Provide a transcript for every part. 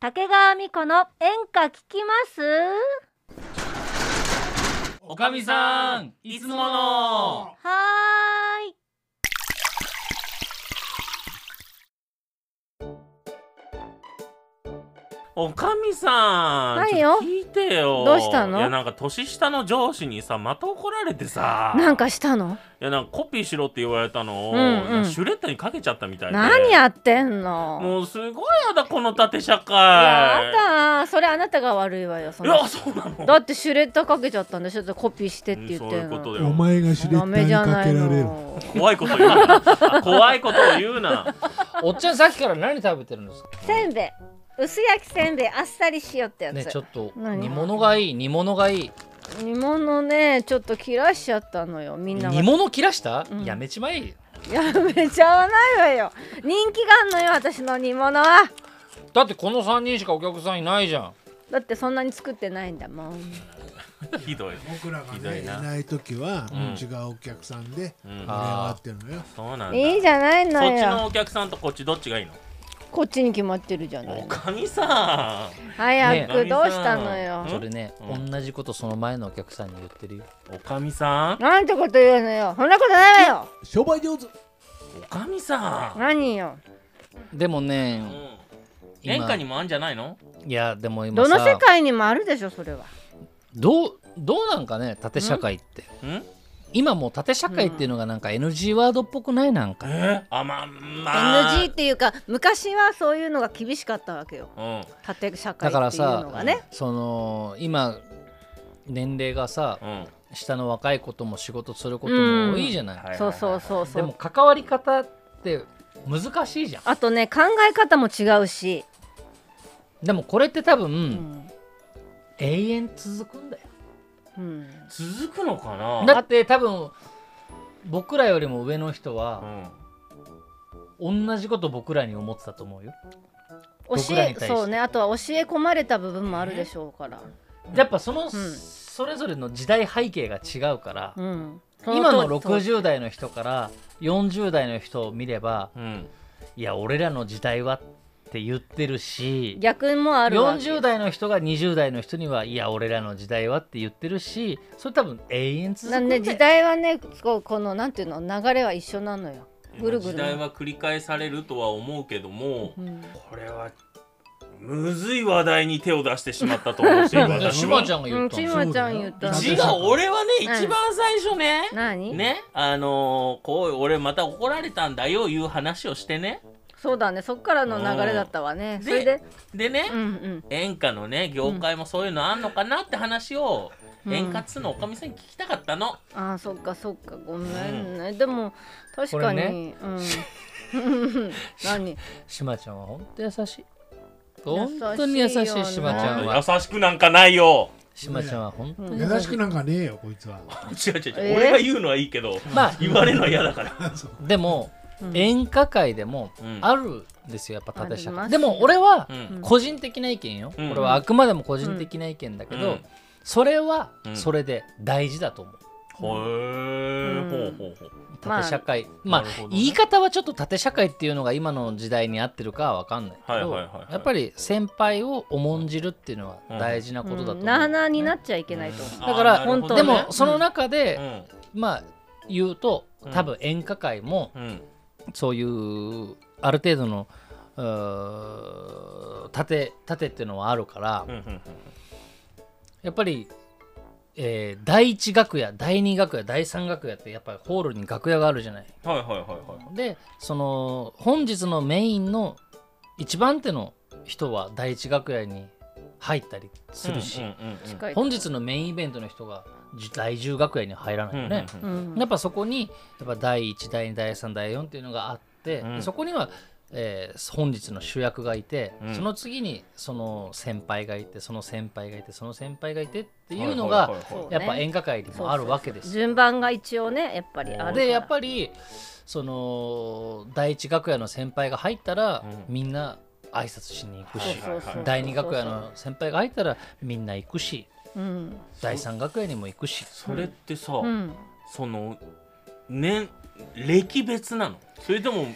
竹川美子の演歌聞きますおかみさんいつものはーいおかみさん何よちょっと聞いてよどうしたのいやなんか年下の上司にさまた怒られてさ なんかしたのいやなんかコピーしろって言われたのを、うんうんなんかシュレッダーにかけちゃったみたいで何やってんのもうすごいやだこの縦社会やだそれあなたが悪いわよそいのやそうなのだってシュレッダーかけちゃったんでしょだってコピーしてって言ってそんうのいうことだおよ前がシュダレッダーメじゃにかなけいられるの怖いこと言うな怖いことを言うなおっちゃんさっきから何食べてるんですかせんべい薄焼きせんべいあっさりしようってやつ、ねちょっと何煮物がいい煮物がいい煮物ねちょっと切らしちゃったのよみんなが煮物切らした、うんやめちまえよやめちゃわないわよ人気があんのよ私の煮物はだってこの3人しかお客さんいないじゃんだってそんなに作ってないんだもんひどい、僕らがひどねいいなない時はうん違うお客さんでうん盛り上がってるのよそうなんだいいじゃないのそっちよのお客さんとこっちどっちがいいのこっちに決まってるじゃないおかみさ早ねくえどうしたのよ、うんそれね、うん同じことその前のお客さんに言ってるよんおかみさんなんてこと言うのよそんなことないわよ商売上手おかみさん、何よでもねうん今演歌にもあんじゃないのいやでも今どさの世界にもあるでしょそれはどうどうなんかね縦社会ってん今もう縦社会っていうのがなんか NG ワードっぽくないなんか、えあまあまあ NG っていうか昔はそういうのが厳しかったわけようん縦社会だっからていうさのがねその今年齢がさうん下の若い子とも仕事することも多いじゃない、はいそうそうそうそでうも関わり方って難しいじゃんあとね考え方も違うし、でもこれって多分、うん永遠続くんだようん、続くのかなだって多分僕らよりも上の人うはん同じこと僕らに思ってたと思うよ教僕らえに対してそうねあとは教え込まれた部分もあるでしょうから、やっぱその、んそれぞれの時代背景が違うから、うん、今のそう60代の人から40代の人を見ればうんいや俺らの時代はって言ってるし逆もあるわけ40代の人が20代の人にはいや俺らの時代はって言ってるしそれ多分永遠続なくんんでだよ時代はねこうこのなんていうの流れは一緒なのよ、ぐるぐる時代は繰り返されるとは思うけどもうん、これはむずい話題に手を出してしまった と思っているいや私シはマちゃんが言ったちのまちゃん言ったそう違だうよ俺はね一うん番最初ね何、ねあのーこう俺また怒られたんだよいう話をしてねそうだねそっからの流れだったわねんそれででねうんうん演歌のね業界もそういうのあんのかなって話をうん演歌っつうのおかみさんに聞きたかったのあーそっかそっかごめんね、でも確かこれに、ね うん何シマちゃんは本当優しい。本当に優しい優しいよねシマちゃんは。優しくなんかないよシマちゃんは本当に優しくなんかねえよこいつは違う違う違う、えー俺が言うのはいいけどまあ言われるのは嫌だからそうでも、うん演歌界でもうんあるんですよやっぱ縦あ社ります会。でも俺はうん個人的な意見よ。うんこれはあくまでも個人的な意見だけうどん、それはうんそれで大事だと思う。ほうえ、んほうほうほう縦社会。まあなるほどね言い方はちょっと縦社会っていうのが今の時代に合ってるかは分かんないけはいはいどはいはいやっぱり先輩を重んじるっていうのは大事なことだと思う。なあなあになだっちゃいけないと思う、かあらーなるほどでねもその中で、うんまあ言うとうん多分演歌界もうんそういうある程度のうー盾盾っていうのはあるからうんうんやっぱり、えー第1楽屋第2楽屋第3楽屋ってやっぱりホールに楽屋があるじゃない。はいはいはいはいでその本日のメインの一番手の人は第1楽屋に入ったりするし、うんうんうんうん近い本日のメインイベントの人が第10楽屋には入らないよね。うんうんうんうんやっぱそこにやっぱ第1第2第3第4っていうのがあって、うんでそこには、えー本日の主役がいて、うんその次にその先輩がいてその先輩がいてその先輩がいてっていうのはいが、はいはいはいいやっぱ演歌界にもあるわけですよ。順番が一応ねやっぱりあるからでやっぱりその第1楽屋の先輩が入ったら、うんみんな挨拶しに行くそうしそうそうそう第2楽屋の先輩が入ったらみんな行くしうん第3楽屋にも行くしそれってさ、うんその年歴別なのそれとも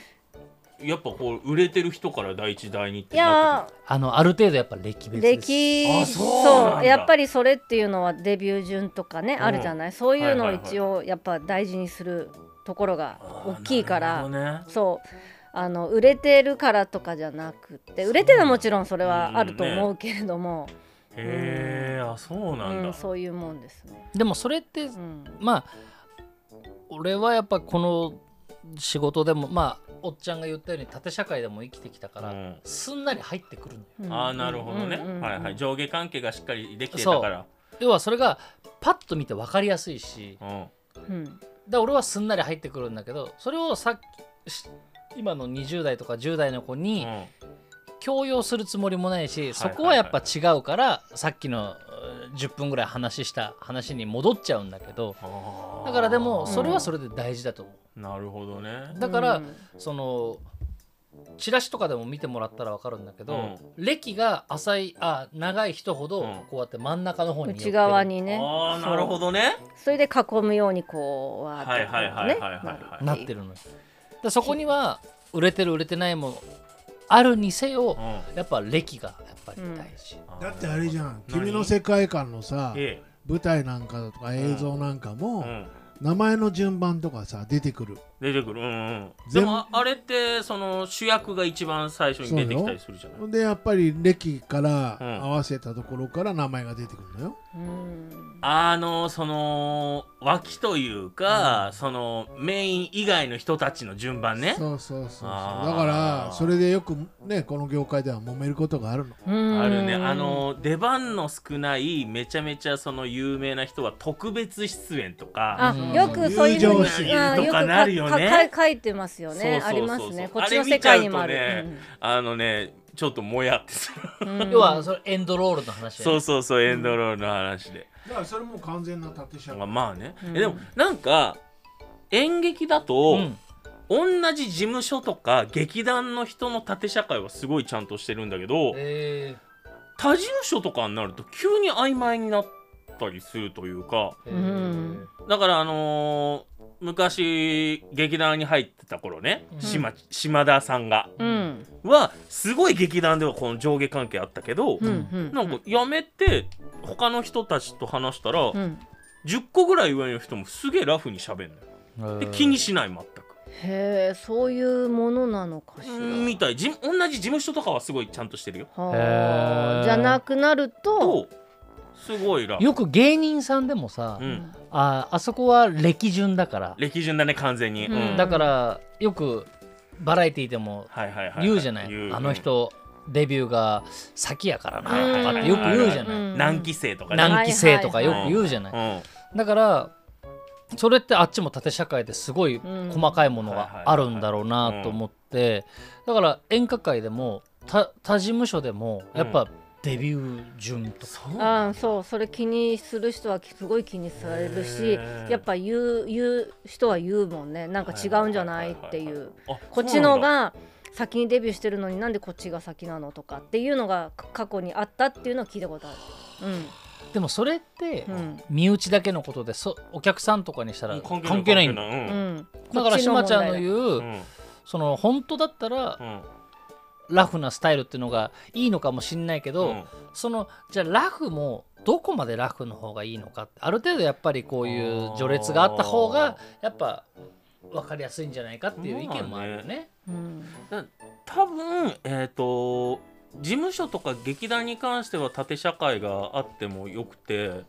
やっぱこう売れてる人から第一第二っていなっやてあのある程度やっぱ歴別です歴あそうなんだやっぱりそれっていうのはデビュー順とかね、うんあるじゃないそういうのをはいはいはい一応やっぱ大事にするところがくる大きいから、あーなるほどねそうあの売れてるからとかじゃなくって売れてるのはもちろんそれはあると思うけれども、へえあそううなんんだ、そういうもんですね。でもそれってうんまあ俺はやっぱこの仕事でもまあおっちゃんが言ったように縦社会でも生きてきたから、うんすんなり入ってくるのようんああなるほどね、うんうんうんはいはい上下関係がしっかりできてたから要はそれがパッと見て分かりやすいしだかうんうんら俺はすんなり入ってくるんだけどそれをさっきし今の20代とか10代の子うにん強要するつもりもないしそこははいやはいっはぱ違うから、さっきのうん10分ぐらい話した話に戻っちゃうんだけどあーだからでもそれはそれで大事だと思う。なるほどねだから、うんそのチラシとかでも見てもらったら分かるんだけど、うん歴が浅いあ長い人ほどうんこうやって真ん中の方に寄ってる内側にねああなるほどどねそれで囲むようにこうわーっとはいはいはいはいねはいはいなってるのよでそこには売れてる売れてないもあるにせようんやっぱ歴がやっぱり大事、だってあれじゃん何君の世界観のさえ舞台なんかとか映像なんかえうも、ん名前の順番とかさ出てくる出てくるうんうんで全部もああれってその主役が一番最初に出てきたりするじゃないほんでやっぱり歴からうん合わせたところから名前が出てくるのよ、うんあのその脇というか、そのメイン以外の人たちの順番ねそうそうそうそうだあーからそれでよくねこの業界では揉めることがあるのうんあるねあの出番の少ないめちゃめちゃその有名な人は特別出演とかあよくそういう友の情心あとかなるよねよくかかか書いてますよねそうそうそうそうありますねこっちあのれ世見ちゃ界うとねにもあるあのねちょっともやってするうんうん要はそれエンドロールの話だそようそうそうエンドロールの話で、だからそれも完全な縦社まあまあね、うんえでもなんか演劇だうと、ん同じ事務所とか劇団の人の縦社会はすごいちゃんとしてるんだけどえ他住所とかになると急に曖昧になったりするというかーえーうんだからあのー昔劇団に入ってた頃ね、うん島島田さんがうんはすごい劇団ではこの上下関係あったけど、うんうんなんか辞めて他の人たちと話したら、うん10個ぐらい上の人もすげえラフに喋るのよで気にしない全く。へえそういうものなのかしらみたいじ同じ事務所とかはすごいちゃんとしてるよ。はへあえじゃなくなるととすごいら、よく芸人さんでもさ、うん、ああそこは歴順だから歴順だね完全に。うんうんだからよくバラエティーでもはいはいはいはい、言うじゃない、言うあの人デビューが先やからなはいはいとはいかってよく言うじゃない、うん何期生とかね。何期生とかはいよはいくはい言うじゃない、うんだからそれってあっちも縦社会ですごいうん細かいものがあるんだろうなと思ってだから演歌界でも他他事務所でもやっぱデビュー順とか、そうあーそうそれ気にする人はすごい気にされるしへーやっぱ言う言う人は言うもんねなんか違うんじゃないってはいいはうあこっちのそうながんだ先にデビューしてるのになんでこっちが先なのとかっていうのがか過去にあったっていうのを聞いたことある。でもそれってうんうん身内だけのことでそお客さんとかにしたら関係ない関係ない関んだ係うないん、だからしまちゃんの言う、うんうんその本当だったらうんラフなスタイルっていうのがいいのかもしんないけど、うんそのじゃあラフもどこまでラフの方がいいのかってある程度やっぱりこういう序列があった方がやっぱ分かりやすいんじゃないかっていう意見もあるよね。うん多分えっ、と事務所とか劇団に関しては縦社会があってもよくて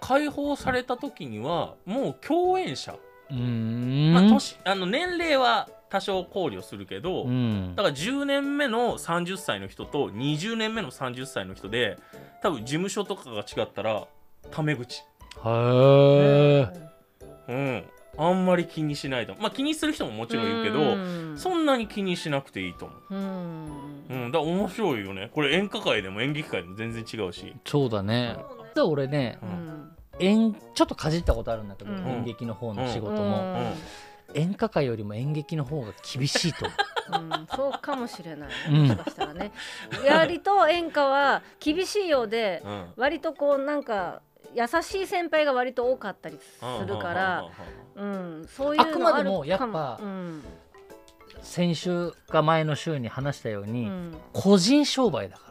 解放された時にはもう共演者、うーんまあ、年あの年齢は多少考慮するけど、うんだから10年目の30歳の人と20年目の30歳の人で多分事務所とかが違ったらタメ口へえ。うんあんまり気にしないとまあ気にする人ももちろんいるけうどんそんなに気にしなくていいと思ううんうんだから面白いよねこれ演歌界でも演劇界でも全然違うしそうだね。実は俺ねううん演ちょっとかじったことあるんだけど、うん演劇の方の仕う事も、んうん演歌界よりも演劇の方が厳しいと思 う。うん、そうかもしれない、うもんしかしたらね。割と演歌は厳しいようで、うん割とこうなんか優しい先輩が割と多かったりするから、うん、そういうのあくまでもるかやっぱうん先週か前の週に話したよううに、ん個人商売だか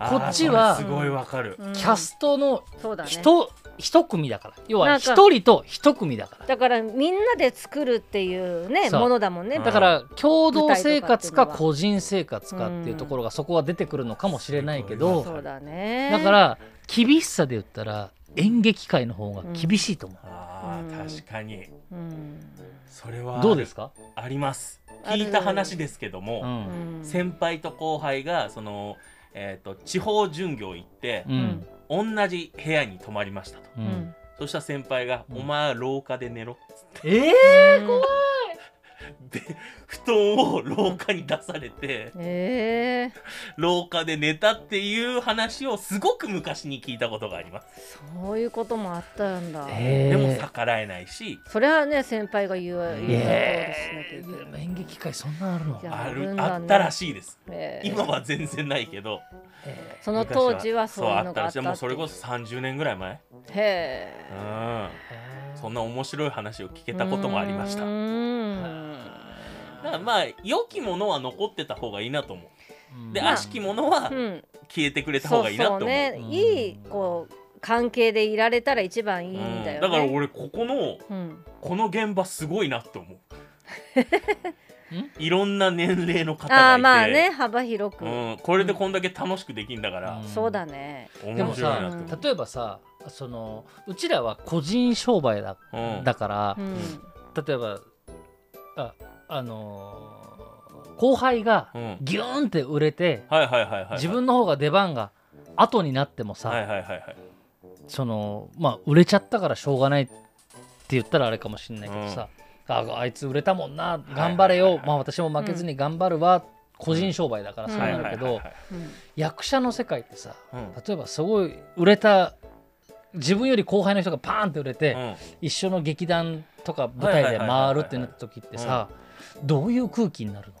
あーこっちはそれすごいわかる、うらんキャストのそうだね人、一組だから要はなんか一人と一組だからだからみんなで作るっていうねそうものだもんねうんだから共同生活か舞台とかっていうのは個人生活かっていうところがそこは出てくるのかもしれないけうんどそうだねだから厳しさで言ったら演劇界の方が厳しいと思あーうん確かにうんそれう、はどうですか、ありますある聞いた話ですけどうも、うんん先輩と後輩がその、えー、と地方巡業行ってう、ん同じ部屋に泊まりましたとううんんそしたら先輩が「うんお前は廊下で寝ろ」え怖いで布団を廊下に出されてえ廊下で寝たっていう話をすごく昔に聞いたことがありますーそういうこともあったんだー、でえも逆らえないしそれはね先輩が言う言うことをしなきゃいえけないー、演劇界そんなあるのいやああるるんだねあったらしいですえー今は全然ないけどえその当時はそういうのがあっ昔たはそうあったらしいもうそれこそそ30年ぐらい前へうえんーそんな面白い話を聞けたこともありましたうだーんからまあ良きものは残ってた方がいいなと思うんうでまあ悪しきものはうん消えてくれた方そがういいなとそ思ううねうんいいこう関係でいられたら一番いいんだよねうんだから俺ここのうんこの現場すごいな と思うんいろんな年齢の方があいてあまあね幅広くうん、これでこんだけ楽しくできんだからうん、そうだねで面も白いなさと思ううん例えばさそのうちらは個人商売だ,、うんだからう、ん例えばああのー後輩がうんギューンって売れて、はいはいはいはい自分の方が出番が後になってもさ、はいはいはいはいそのまあ売れちゃったからしょうがないって言ったらあれかもしれないけどさ、ああいつ売れたもんな頑張れよ、はいはいはいまあ私も負けずに頑張るわ、個人商売だからうんそうはいなはいはるいけど、はいうん役者の世界ってさうん例えばすごい売れた自分より後輩の人がパーンって売れて、うん一緒の劇団とか舞台で回るってなった時ってはいはさどういう空気になるの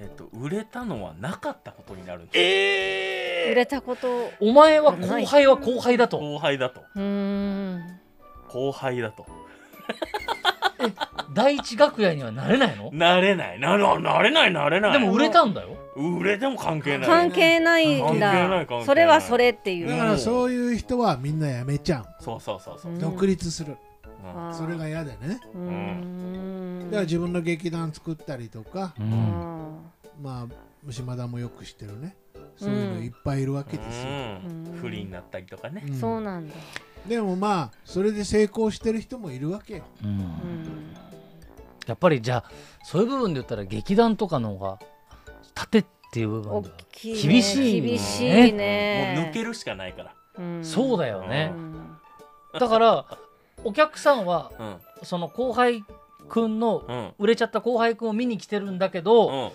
えっと売れたのはなかったことになるんですえ売れたことお前は後輩は後輩だと後輩だとうーん後輩だと第一楽屋にはなれないのなれないなななれないなれないでも売れたんだよ売れても関係ない関係ない関ん係ないだ関係ないそれはそれっていだうからそういう人はみんなやめちゃうそうそうそうそう、ううんん独立するあーそれが嫌でねうーんだから自分の劇団作ったりとかうんまあ島田もよく知ってるねそういうのいっぱいいるわけですよ、うんうん不利になったりとかね、うんそうなんだでもまあそれで成功してる人もいるわけようんうんやっぱりじゃあそういう部分で言ったら劇団とかの方が盾っていう部分大ではきいね厳しい厳しいねもう抜けるしかないから、そうだだよねうんだからお客さんはうんその後輩くんのうん売れちゃった後輩くんを見に来てるんだけど、うん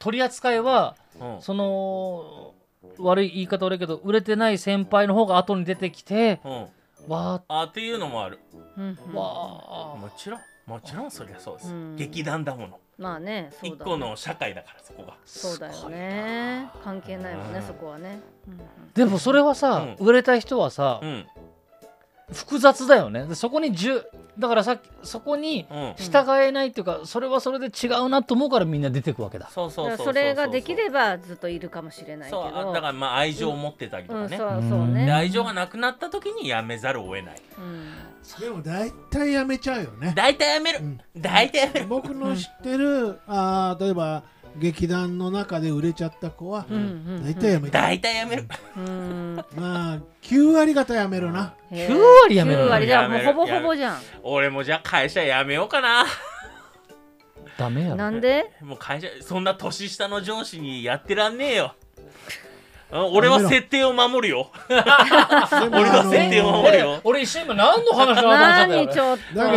取り扱いはうんその悪い言い方悪いけど売れてない先輩の方が後に出てきてうん、わあっていうのもあるうんうーんもわちろんもちろんそりゃそうです、うん劇団だものまあねそ一うだ個の社会だからそこがそうだすよごいね関係ないもんうねんそこはねうんでもそれはさ、売れた人はさ、うん複雑だよねでそこにじゅだからさっきそこにうん従えないっていうか、それはそれで違うなと思うからみんな出てくわけだそうだそうかそうらそうれができればばずっといるかもしれないけそどうあだからまあ愛情を持ってたりとうかんね、そうそううんでね愛情がなくなった時にやめざるを得ないうんでも大体やめちゃうよね、大体やめうるん、大体やめる僕の知ってるあー例えば劇団の中で売れちゃった子はうんうん大体やめちゃう、大体やめるうんまあ9割方やめるなへえ9割やめる9割じゃあやもめうほるぼほぼじゃ俺もじゃあ会社やめようかなダメやんろなんでもう会社そんな年下の上司にやってらんねえよあ俺は設定を守るよでも俺のあの設定は守るよ、俺一瞬今何の話だと思ったんだ何よ俺ちょっとだけ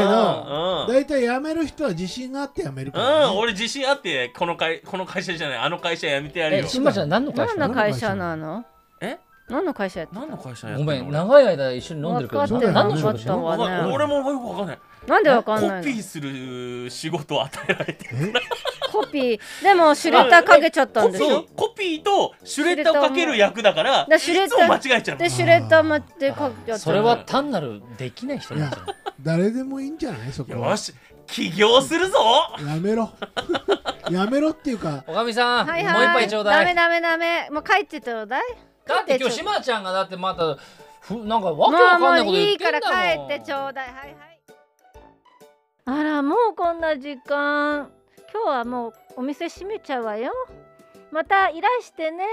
うどん大体やめる人は自信があってやめるかうら、ん、ね俺自信あってこの会この会社じゃないあの会社辞めてやるえよ。しんまちゃん何の会社何なのの会社なのえ？何の会社やってた何の会社やっごてめの？ん長い間一緒に飲んでるけど分かってる何のなか仕っ事してたんのわわかんね俺もよくわかんない。なんでわかんないコピのーする仕事を与えられて。えコピーでもシュレッダーかけちゃったコんピでしょーコピーとシュレッダーをかける役だから、だいシつュレもッダー間違えちゃうの。でシュレッダーまでかけちゃったそれは単なるできない人なんじゃない誰でもいいんじゃないそいこやはわし起業するぞやめろやめろっていうかおかみさん、はいもう一は杯いちょうだいダメダメダメもう帰ってちょうだいだって今日ちょ島ちゃんがだってまたふなんかもわけわかんないうこもとうい言っいてんからだもん帰ってちょうだいはいはいあらもうこんな時間今日はもうお店閉めちゃうわよまたいらしてね